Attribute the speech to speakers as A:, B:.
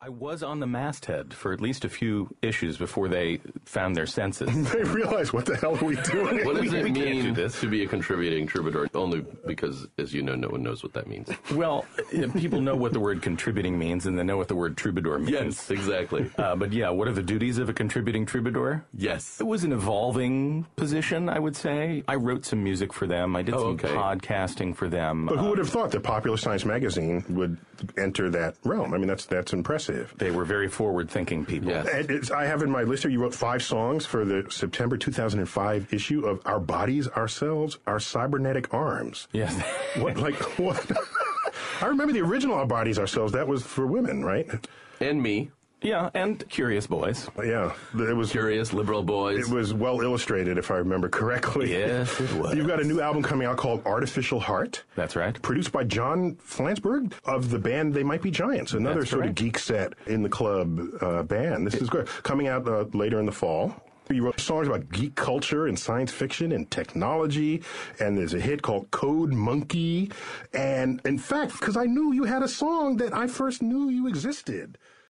A: I was on the masthead for at least a few issues before they found their senses.
B: They realize what the hell are we doing?
C: What does
B: We-
C: it
B: we can't do
C: mean
B: this.
C: to be a contributing troubadour? Only because, as you know, no one knows what that means.
A: well, uh, people know what the word contributing means, and they know what the word troubadour means.
C: exactly.
A: Uh, but yeah, what are the duties of a contributing troubadour?
C: yes.
A: It was an evolving position, I would say. I wrote some music for them. I did
C: Oh,
A: some
C: okay.
A: podcasting for them.
B: But
A: Uh,
B: who would have thought that Popular Science magazine would enter that realm? I mean, that's that's impressive.
A: they were very forward-thinking people.
C: Yes.
B: And it's, I have in my list here. You wrote five songs for the September 2005 issue of Our Bodies, Ourselves, Our Cybernetic Arms.
A: Yes.
B: What like what? I remember the original Our Bodies, Ourselves. That was for women, right?
C: And me,
A: yeah, and curious boys.
B: Yeah, it was.
C: curious liberal boys.
B: It was well illustrated, if I remember correctly.
A: Yes, it was.
B: You've got a new album coming out called Artificial Heart.
A: That's right.
B: produced by John Flansburgh of the band They Might Be Giants, another
A: That's
B: sort of
A: correct.
B: geek set in the club uh, band. This is great. Coming out uh, later in the fall. You wrote songs about geek culture and science fiction and technology, and there's a hit called Code Monkey. And in fact, because I knew you had a song that I first knew you existed.